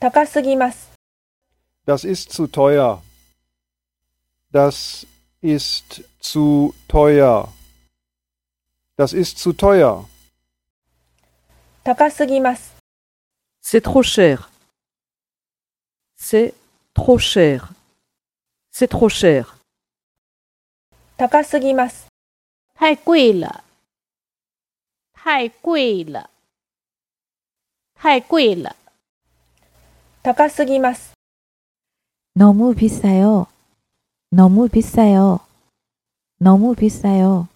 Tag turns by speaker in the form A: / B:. A: 高すぎます。
B: Das ist zu teuer. Das ist zu teuer. Das ist zu teuer.
A: 高すぎます。
C: C'est trop cher. C'est trop cher. C'est trop cher.
A: 高すぎます。
D: 太贵了，太贵了，太贵了，
A: 高すぎます。
E: 너무 비싸요. 너무 비싸요. 너무 비싸요.